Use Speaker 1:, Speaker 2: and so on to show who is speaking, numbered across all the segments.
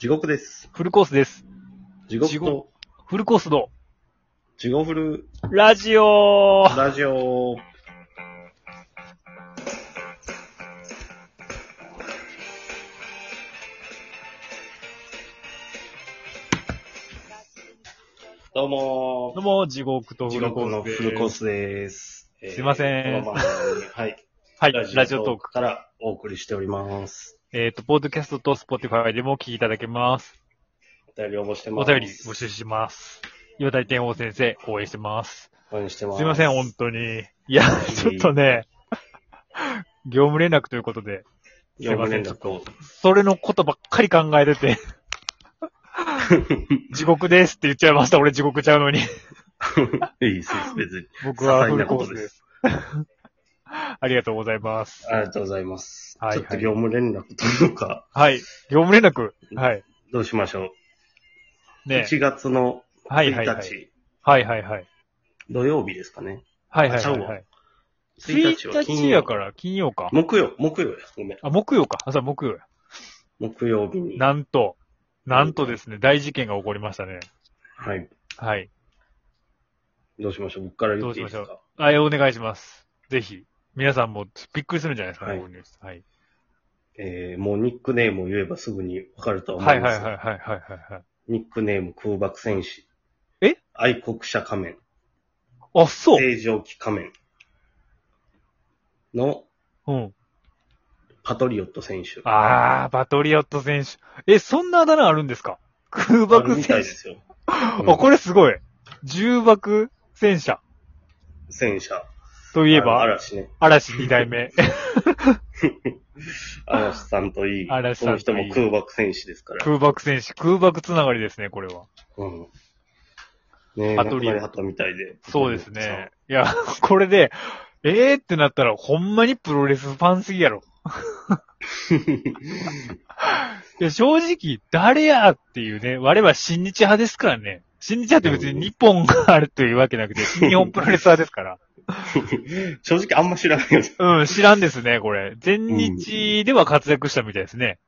Speaker 1: 地獄です。
Speaker 2: フルコースです。
Speaker 1: 地獄
Speaker 2: 地
Speaker 1: と
Speaker 2: 獄フルコースの
Speaker 1: 地獄フル
Speaker 2: ラジオ
Speaker 1: ラジオ。どうも
Speaker 2: どうも、地獄
Speaker 1: ー。
Speaker 2: とフ
Speaker 1: 地
Speaker 2: ルコ
Speaker 1: 獄の
Speaker 2: ース
Speaker 1: フ
Speaker 2: です。
Speaker 1: ルコースです。えー
Speaker 2: すいません
Speaker 1: この番組はい。
Speaker 2: はい、ラジオトーク。
Speaker 1: からお送りしております。
Speaker 2: えっ、と、ポッドキャストとスポティファイでもお聞きいただけます。
Speaker 1: お便り応募してま
Speaker 2: お
Speaker 1: す。
Speaker 2: 便り募集します。岩谷天王先生、応援してます。
Speaker 1: 応援してます。
Speaker 2: すいません、本当に。いや、ちょっとね、 業務連絡ということで、
Speaker 1: 業務連
Speaker 2: すいませんち
Speaker 1: 絡
Speaker 2: ょっとそれのことばっかり考えて て、地獄ですって言っちゃいました、俺地獄ちゃうのに。
Speaker 1: いいです、別に。
Speaker 2: 僕は
Speaker 1: 些細
Speaker 2: フル
Speaker 1: な
Speaker 2: コ
Speaker 1: こと
Speaker 2: ース
Speaker 1: で
Speaker 2: ですす。 ありがとうございます。
Speaker 1: ありがとうございます。
Speaker 2: はい
Speaker 1: ちょっと業務連絡というか、
Speaker 2: はい。業務連絡。はい。
Speaker 1: どうしましょう。
Speaker 2: ね
Speaker 1: 1月の
Speaker 2: は
Speaker 1: 1
Speaker 2: い
Speaker 1: 日、
Speaker 2: はいはい。はいはいはい。
Speaker 1: 土曜日ですかね。
Speaker 2: はいは
Speaker 1: あ
Speaker 2: い
Speaker 1: ちゃ
Speaker 2: は
Speaker 1: う
Speaker 2: い
Speaker 1: わ
Speaker 2: はい。
Speaker 1: 1日は金曜
Speaker 2: やから、金曜か。
Speaker 1: 木曜、木曜や。ごめん。
Speaker 2: あ、木曜か。あ、そう、木曜や。
Speaker 1: 木曜日に。
Speaker 2: なんと、なんとですね、大事件が起こりましたね。
Speaker 1: はい。
Speaker 2: はい。
Speaker 1: どうしましょう。僕から言っていいです
Speaker 2: どうし
Speaker 1: か。
Speaker 2: あ、えお願いします。ぜひ。皆さんもびっくりするんじゃないですかね、
Speaker 1: はい
Speaker 2: こういうニュースはい。
Speaker 1: えー、もうニックネームを言えばすぐにわかるとは思
Speaker 2: はいいは
Speaker 1: ま
Speaker 2: い
Speaker 1: す。
Speaker 2: はいはいはいはいはい。
Speaker 1: ニックネーム空爆戦士。
Speaker 2: え
Speaker 1: 愛国者仮面。
Speaker 2: あ、そう。
Speaker 1: 正常期仮面。の
Speaker 2: うん。
Speaker 1: パトリオット選手。
Speaker 2: あー、バトリオット選手。え、そんなあだ名あるんですか空
Speaker 1: ある
Speaker 2: 爆
Speaker 1: みたい
Speaker 2: 戦
Speaker 1: で
Speaker 2: 車。
Speaker 1: すよ。
Speaker 2: あ、
Speaker 1: うん
Speaker 2: これすごい。重爆戦車
Speaker 1: 戦車。
Speaker 2: といえば、
Speaker 1: あの嵐ね。
Speaker 2: 嵐二代目。
Speaker 1: 嵐さんといい。
Speaker 2: 嵐
Speaker 1: こ
Speaker 2: さ
Speaker 1: の
Speaker 2: んと
Speaker 1: 人
Speaker 2: い
Speaker 1: も
Speaker 2: い
Speaker 1: 空爆戦士ですから。
Speaker 2: 空爆戦士、空爆つながりですね、これは。
Speaker 1: うん。ねえ、
Speaker 2: パ
Speaker 1: パ
Speaker 2: ト
Speaker 1: ト
Speaker 2: リ
Speaker 1: リ
Speaker 2: オ
Speaker 1: ーったみたいで。
Speaker 2: そうですね。いや、 これで、えーってなったら、ほんまにプロレスファンすぎやろ。いや、正直、誰やっていうね、我々は新日派ですからね。新日派って別に日本があるというわけなくて、新日本プロレス派ですから。
Speaker 1: うん。正直あんま知らないよ。
Speaker 2: うん、知らんですね、これ。全日では活躍したみたいですね。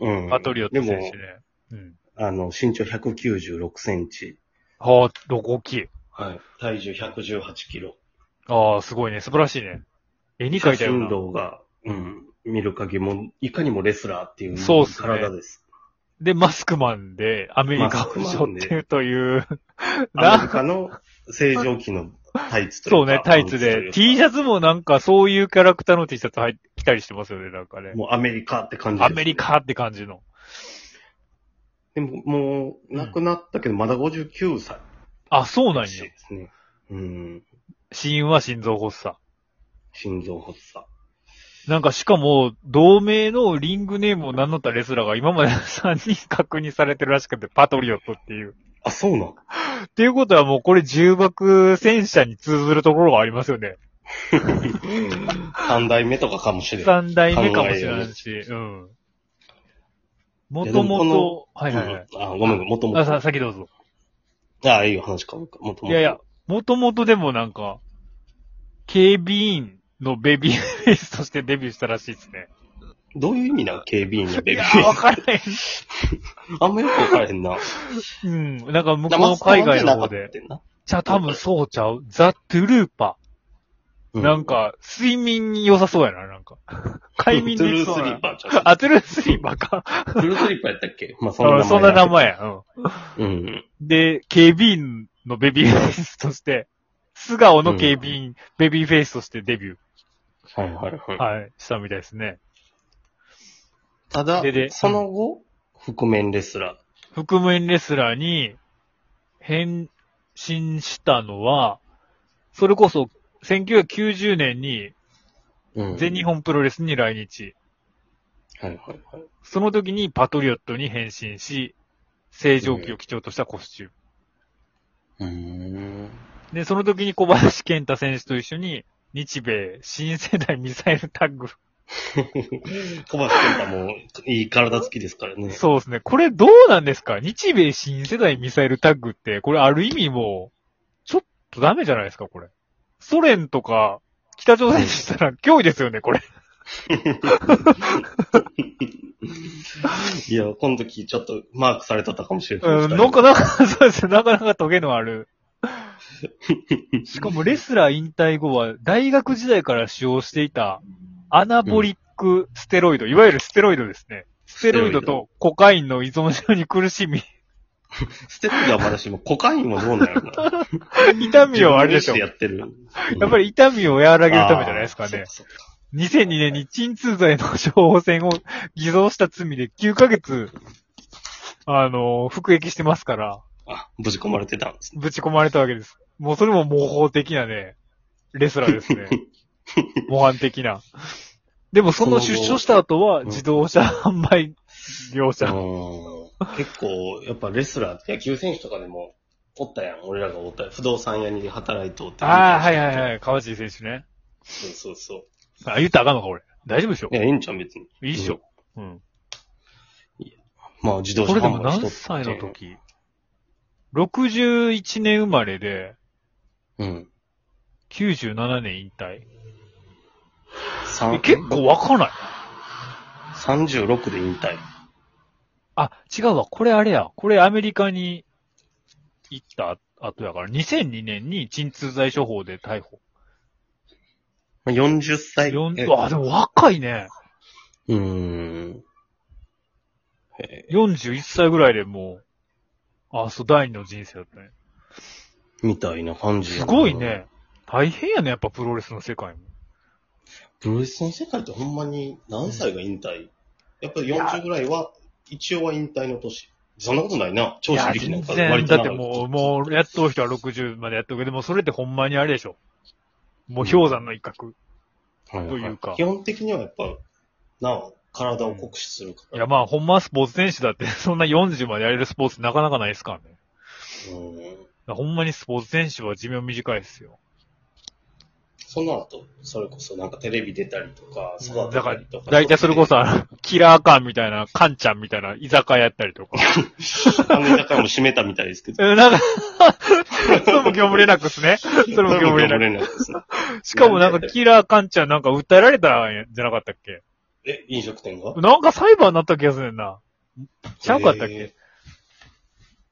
Speaker 1: うん。
Speaker 2: パトリオット選
Speaker 1: で
Speaker 2: 手ね
Speaker 1: も、。
Speaker 2: うん。
Speaker 1: あの、身長196センチ。
Speaker 2: はあ、どこ大きい。
Speaker 1: はい。体重118キロ。
Speaker 2: ああ、すごいね。素晴らしいね。絵に描いたよう
Speaker 1: 写真
Speaker 2: な。
Speaker 1: 動画、うん。見る限りも、いかにもレスラーっていう
Speaker 2: そうっすね
Speaker 1: 体です。
Speaker 2: で、マスクマンでアメリカを
Speaker 1: マス
Speaker 2: 背
Speaker 1: クマン
Speaker 2: 負っ
Speaker 1: で
Speaker 2: てるという。
Speaker 1: アメ
Speaker 2: な
Speaker 1: リカの正常期のタイツとい
Speaker 2: そう
Speaker 1: うか。
Speaker 2: ね、タイツで。T シャツもなんかそういうキャラクターの T シャツ入ってきたりしてますよね、なんかね。
Speaker 1: もうアメリカって感じで
Speaker 2: ア
Speaker 1: す
Speaker 2: メリカって感じの。
Speaker 1: でも、もう、亡くなったけど、まだ59歳
Speaker 2: あ、そうなん
Speaker 1: ら
Speaker 2: や
Speaker 1: し。いですね。うん。
Speaker 2: 死因は心臓発作。
Speaker 1: 心臓発作。
Speaker 2: なんかしかも、同盟のリングネームを名乗ったレスラーが今まで3人確認されてるらしくて、パトリオットっていう。
Speaker 1: あ、そうな の
Speaker 2: っていうことはもうこれ重爆戦車に通ずるところがありますよね。
Speaker 1: 三代目とかかもしれない。
Speaker 2: 三代目かもしれないし、うん。もとも
Speaker 1: いやでも
Speaker 2: と、はいはいはい。
Speaker 1: うんあ、ごめんごめん、もとも
Speaker 2: あ、さ、
Speaker 1: と。
Speaker 2: 先どうぞ。
Speaker 1: あ、いいよ話か、もともと。
Speaker 2: いやいや。、もともとでもなんか、警備員のベビーフェイスとしてデビューしたらしいですね。
Speaker 1: どういう意味なの警備員の
Speaker 2: い
Speaker 1: ベビ
Speaker 2: や
Speaker 1: ー
Speaker 2: ー、わからない。
Speaker 1: あんまよくわからへんな。
Speaker 2: うん。なんか向こうの海外の方で。。じゃあ多分そうちゃう。ザ・トゥルーパ。
Speaker 1: う
Speaker 2: なん、か、睡眠に良さそうやな、なんか。快眠
Speaker 1: トゥ
Speaker 2: で
Speaker 1: ル
Speaker 2: き
Speaker 1: ース
Speaker 2: そう
Speaker 1: リ
Speaker 2: な
Speaker 1: ッ。パーちゃ
Speaker 2: あ、トゥルースリーパーか。
Speaker 1: う。トゥルースリッパーやったっけまあ、そんな
Speaker 2: う
Speaker 1: 名
Speaker 2: ん
Speaker 1: 前。
Speaker 2: そんな名。前や。うん。
Speaker 1: うん。
Speaker 2: で、警備員のベビーフェイスとして、素顔の警備員、ベビーフェイスとしてデビュ
Speaker 1: はいはい
Speaker 2: ー、
Speaker 1: はい。
Speaker 2: はい、したみたいですね。
Speaker 1: ただ
Speaker 2: でで、
Speaker 1: その後、覆面レスラ
Speaker 2: 覆面レスラーに変身したのは、それこそ1990年に
Speaker 1: ー。うん
Speaker 2: 全日本プロレスに来日。
Speaker 1: はいはいはい。
Speaker 2: その時にパトリオットに変身し、正常期を基調としたコスチューム。
Speaker 1: うーん。
Speaker 2: で、その時に小林健太選手と一緒に、日米新世代ミサイルタッグ。
Speaker 1: 小橋健太もいい体つきですからね。
Speaker 2: そうですね。これどうなんですか日米新世代ミサイルタッグって、これある意味もう、ちょっとダメじゃないですか、これ。ソ連とか、 北朝鮮にしたら脅威ですよね、これ。
Speaker 1: いや、この時ちょっとマークされとったかもしれない。
Speaker 2: う
Speaker 1: 二
Speaker 2: ん、な
Speaker 1: 人
Speaker 2: かなか、そうですね、なかなかトゲのある。しかもレスラー引退後は、大学時代から使用していた、アナボリックステロイド、いわゆるステロイドですね。ステロイドとコカインの依存症に苦しみ、
Speaker 1: ステップがまだしも、コカインはどうなる の
Speaker 2: 痛みをあれでしょ。
Speaker 1: 自分の意思でや
Speaker 2: や
Speaker 1: ってる。
Speaker 2: っぱり痛みを和らげるためじゃないですかね
Speaker 1: あー。。そうかそうか
Speaker 2: 2002年に鎮痛剤の処方箋を偽造した罪で9ヶ月、あの、服役してますから、
Speaker 1: あ、ぶち込まれてたんですね。
Speaker 2: ぶち込まれたわけです。もうそれも模倣的なね、レスラーで すね。模範的な。でもその出所した後は
Speaker 1: ん
Speaker 2: 自動車販売業
Speaker 1: う
Speaker 2: 者。
Speaker 1: ん結構、やっぱレスラーって野球選手とかでも、おったやん。俺らがおったやん不動産屋に働いとって。。
Speaker 2: ああ、はいはいはいい。川尻選手ね。
Speaker 1: そうそうそう。
Speaker 2: あ、言ったらあかんのか、俺。大丈夫でしょ
Speaker 1: いや、ええんちゃん別に。
Speaker 2: いいっしょ。うん。
Speaker 1: まあ、自動
Speaker 2: こ
Speaker 1: 車
Speaker 2: れでも
Speaker 1: 販売しと
Speaker 2: 何
Speaker 1: って
Speaker 2: 歳の時 ?61 年生まれで、
Speaker 1: うん。
Speaker 2: 97年引退。
Speaker 1: さん
Speaker 2: え結構わかない。
Speaker 1: 36で引退。
Speaker 2: あ、違うわ。これあれや。これアメリカに行った後やから、2002年に鎮痛剤処方で逮捕。
Speaker 1: まあ、40歳。
Speaker 2: 四
Speaker 1: え
Speaker 2: あ、でも若いね。
Speaker 1: うーん。え
Speaker 2: 41歳ぐらいでもう、あ、そう、第二の人生だったね。
Speaker 1: ーみたいな感じ。
Speaker 2: すごい。ね。大変やね、やっぱプロレスの世界も。
Speaker 1: プロレスの世界ってほんまに何歳が引退、やっぱり40ぐらいは、一応は引退の年。そんなことないな。
Speaker 2: い
Speaker 1: 長
Speaker 2: や、
Speaker 1: 州力な
Speaker 2: 全
Speaker 1: んか割
Speaker 2: 然。
Speaker 1: と
Speaker 2: だっ
Speaker 1: 長
Speaker 2: て
Speaker 1: い
Speaker 2: もう、もう、やっとう人は60までやっとくけど、でもそれってほんまにあれでしょ。もう氷山の一角。
Speaker 1: はいはい
Speaker 2: というか
Speaker 1: 基本的にはやっぱ、なお、体を酷使するか
Speaker 2: い
Speaker 1: ら。
Speaker 2: や、まあ、ほんまはスポーツ選手だって、そんな40までやれるスポーツなかなかないですからね。
Speaker 1: うん。
Speaker 2: だからほんまにスポーツ選手は寿命短いですよ。
Speaker 1: その後、それこそなんかテレビ出たりとか、育てた
Speaker 2: だから
Speaker 1: りと、か。
Speaker 2: だいたいそれこそ、あの キラーカンみたいな、カンちゃんみたいな居酒屋やったりとか。
Speaker 1: あの、だからも閉めたみたいですけど。
Speaker 2: えなんか、それも業務連絡ですね。 それも業務連絡。
Speaker 1: 絡ですね。
Speaker 2: しかもなんか、キラーカンちゃんなんか訴えられたんじゃなかったっけ
Speaker 1: え、飲食店が
Speaker 2: なんか裁判になった気がするねんな。ちゃうかったっけ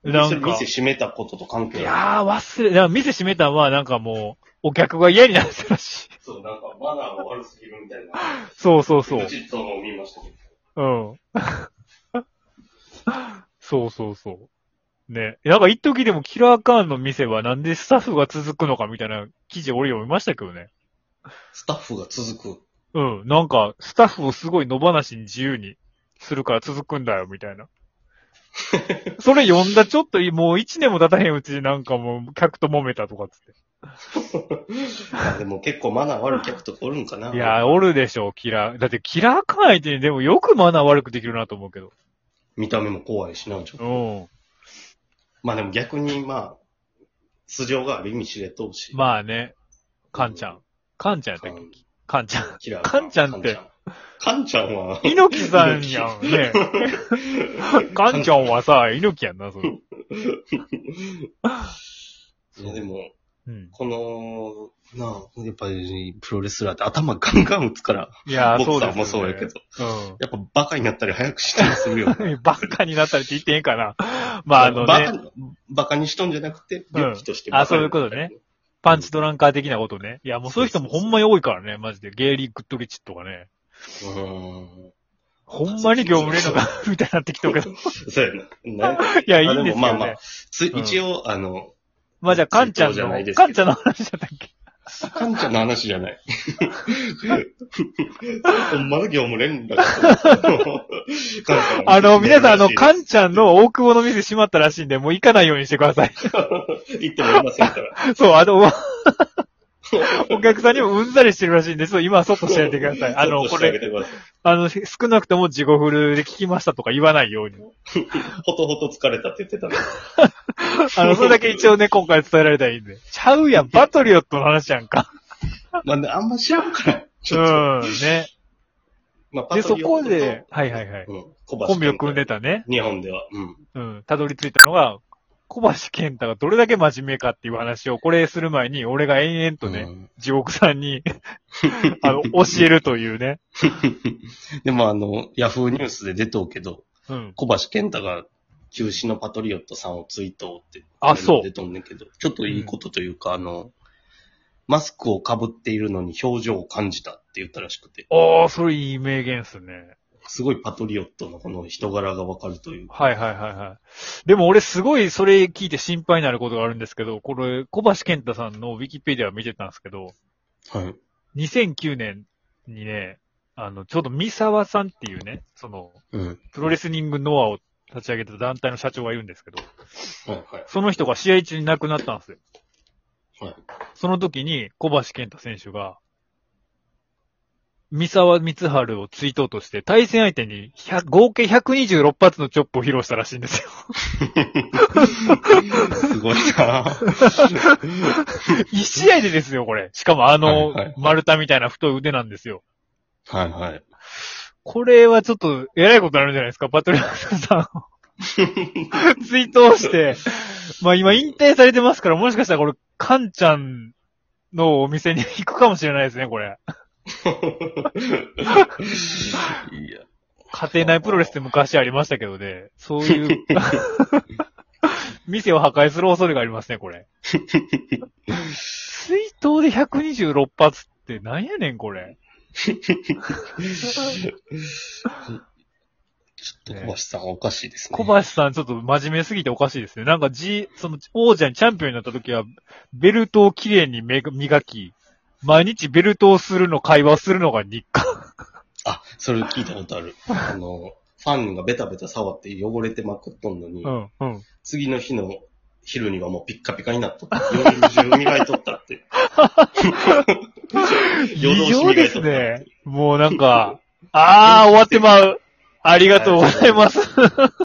Speaker 1: え、ー
Speaker 2: な
Speaker 1: 店
Speaker 2: んか。
Speaker 1: 店閉めたことと関係な
Speaker 2: い
Speaker 1: い。
Speaker 2: やー、忘れ、なんか店閉めたんはなんかもう、お客が嫌になったらしい。
Speaker 1: そう、なんかマナーが悪すぎるみたいな。
Speaker 2: そうそうそう。
Speaker 1: ちっとも見ましたけど。
Speaker 2: うん。そうそうそう。ね。なんか一時でもキラーカーンの店はなんでスタッフが続くのかみたいな記事俺読みましたけどね。
Speaker 1: スタッフが続く。
Speaker 2: うん。なんか、スタッフをすごい野放しに自由にするから続くんだよ、みたいな。それ読んだちょっとい、もう一年も経たへんうちになんかもう客と揉めたとかっつっ
Speaker 1: あでも結構マナー悪い客とかおるんかな。
Speaker 2: て。いやー、おるでしょう、キラー。だってキラーカーン相手にでもよくマナー悪くできるなと思うけど。
Speaker 1: 見た目も怖いしな、ちょっと。
Speaker 2: うん。
Speaker 1: まあでも逆に、まあ、素性がある意味知れとうし。あ、
Speaker 2: まあね。カンちゃん。カンちゃんやったっけカンちゃん。
Speaker 1: キラー
Speaker 2: カンちゃんって。
Speaker 1: カンちゃんは、
Speaker 2: 猪木さんやんね。カンちゃんはさ、猪木やんな、それ。
Speaker 1: いやでも、
Speaker 2: うん。
Speaker 1: この、なあ、やっぱりプロレスラーって頭ガンガン打つから、
Speaker 2: いや
Speaker 1: ボ
Speaker 2: ー、そ
Speaker 1: ク
Speaker 2: うで
Speaker 1: サー
Speaker 2: す、ね。
Speaker 1: もそうやけど、
Speaker 2: う
Speaker 1: やっぱバカになったり早くしたりするよね。
Speaker 2: ん。バカになったりって言っていいかな。まあ、あの
Speaker 1: バ
Speaker 2: ね、
Speaker 1: カ、バカにしとんじゃなくて、
Speaker 2: うん
Speaker 1: 病気としてバカになったり
Speaker 2: あそういうことね。パンチドランカー的なことね。いや、もうそういう人もほんまに多いからね、マジで。ゲイリー・グッドリッチとかね。ほんまに業務連絡 がみたいになってきたけど。いう
Speaker 1: ーん。 そうやな。ね、
Speaker 2: や、 いいんですよ、ね。
Speaker 1: ま
Speaker 2: ま
Speaker 1: あ
Speaker 2: あ
Speaker 1: まあつ
Speaker 2: うん
Speaker 1: 一応、あの、
Speaker 2: じゃあ、カンちゃん
Speaker 1: 追悼じゃないで
Speaker 2: の、
Speaker 1: すけど
Speaker 2: カンちゃんの話だったっけ
Speaker 1: カンちゃんの話じゃない。 ほんまの業務 連絡。カンちゃ
Speaker 2: あの、皆さん、あの、カ
Speaker 1: ン。
Speaker 2: ンちゃんの大久保の店閉まったらしいんで、もう行かないようにしてください。
Speaker 1: 言ってもいません から。
Speaker 2: そう、あの、お客さんにもうんざりしてるらしいんで、そう、今はそっとしてあげてください。あの、
Speaker 1: そ
Speaker 2: こ
Speaker 1: っとしてあ
Speaker 2: れ
Speaker 1: げ、てください。
Speaker 2: あの、少なくとも地獄フルで聞きましたとか言わないように。
Speaker 1: ほとほと疲れたって言ってたの。
Speaker 2: あの、それだけ一応ね、今回伝えられたらいい んで。ちゃうやん、バトリオットの話やんか。
Speaker 1: まあね、あんま知らんから。ち
Speaker 2: う
Speaker 1: ょっと
Speaker 2: ん、ね。
Speaker 1: まあ、パ
Speaker 2: で、
Speaker 1: ト
Speaker 2: そ
Speaker 1: リオッ
Speaker 2: こ
Speaker 1: トと
Speaker 2: で、はいはいはい。
Speaker 1: うん、
Speaker 2: コ
Speaker 1: コ
Speaker 2: ンビを組んで
Speaker 1: た。
Speaker 2: たね。
Speaker 1: 日本では。うん。
Speaker 2: うん。たどり着いたのが、小橋健太がどれだけ真面目かっていう話をこれする前に、俺が延々とね、
Speaker 1: うん
Speaker 2: 地獄さ んにあの、教えるというね。
Speaker 1: でもあの、ヤフーニュースで出とうけど、
Speaker 2: うん。
Speaker 1: 小橋健太が休止のパトリオットさんを追悼って。
Speaker 2: あそう
Speaker 1: 出とんねんけど、ちょっといいことというか、あの、マスクをかぶっているのに表情を感じたって言ったらしくて、
Speaker 2: ああ、それいい名言っすね。
Speaker 1: すごいパトリオットのこの人柄がわかるというか。
Speaker 2: はいはいはいはい。でも俺すごいそれ聞いて心配になることがあるんですけど、これ、小橋健太さんのウィキペディア見てたんですけど、
Speaker 1: はい。
Speaker 2: 2009年にね、あの、ちょうど三沢さんっていうね、その、
Speaker 1: うん。
Speaker 2: プロレスリングノアを立ち上げた団体の社長がいるんですけど、
Speaker 1: はいはい。
Speaker 2: その人が試合中に亡くなったんですよ。
Speaker 1: はい。
Speaker 2: その時に小橋健太選手が、三沢光晴を追悼として、対戦相手に100合計126発のチョップを披露したらしいんですよ。
Speaker 1: すごいな
Speaker 2: 一試合でですよ、これ。しかもあの
Speaker 1: はいはい、
Speaker 2: 丸太みたいな太い腕なんですよ。
Speaker 1: はいはい。
Speaker 2: これはちょっと、えらいことになるんじゃないですか、パトリオットさんを。追悼して。まあ今引退されてますから、もしかしたらこれ、カンちゃんのお店に行くかもしれないですね、これ。
Speaker 1: いや。
Speaker 2: 家庭内プロレスって昔ありましたけどね、そういう、 店を破壊する恐れがありますね、これ。水筒で126発ってなんやねん、これ。
Speaker 1: ちょっと小橋さんおかしいですね。
Speaker 2: 小橋さんちょっと真面目すぎておかしいですね。なんか、じ、その、王者にチャンピオンになった時は、ベルトをきれいにめ磨き、毎日ベルトをするの、会話をするのが日課。
Speaker 1: あ、それ聞いたことある。あの、ファンがベタベタ触って汚れてまくっとんのに、
Speaker 2: うん、うん。
Speaker 1: 次の日の昼にはもうピッカピカになっとった。夜中磨いとったって。
Speaker 2: 異常ですね。もうなんか、あー、終わってまう。ありがとうございます。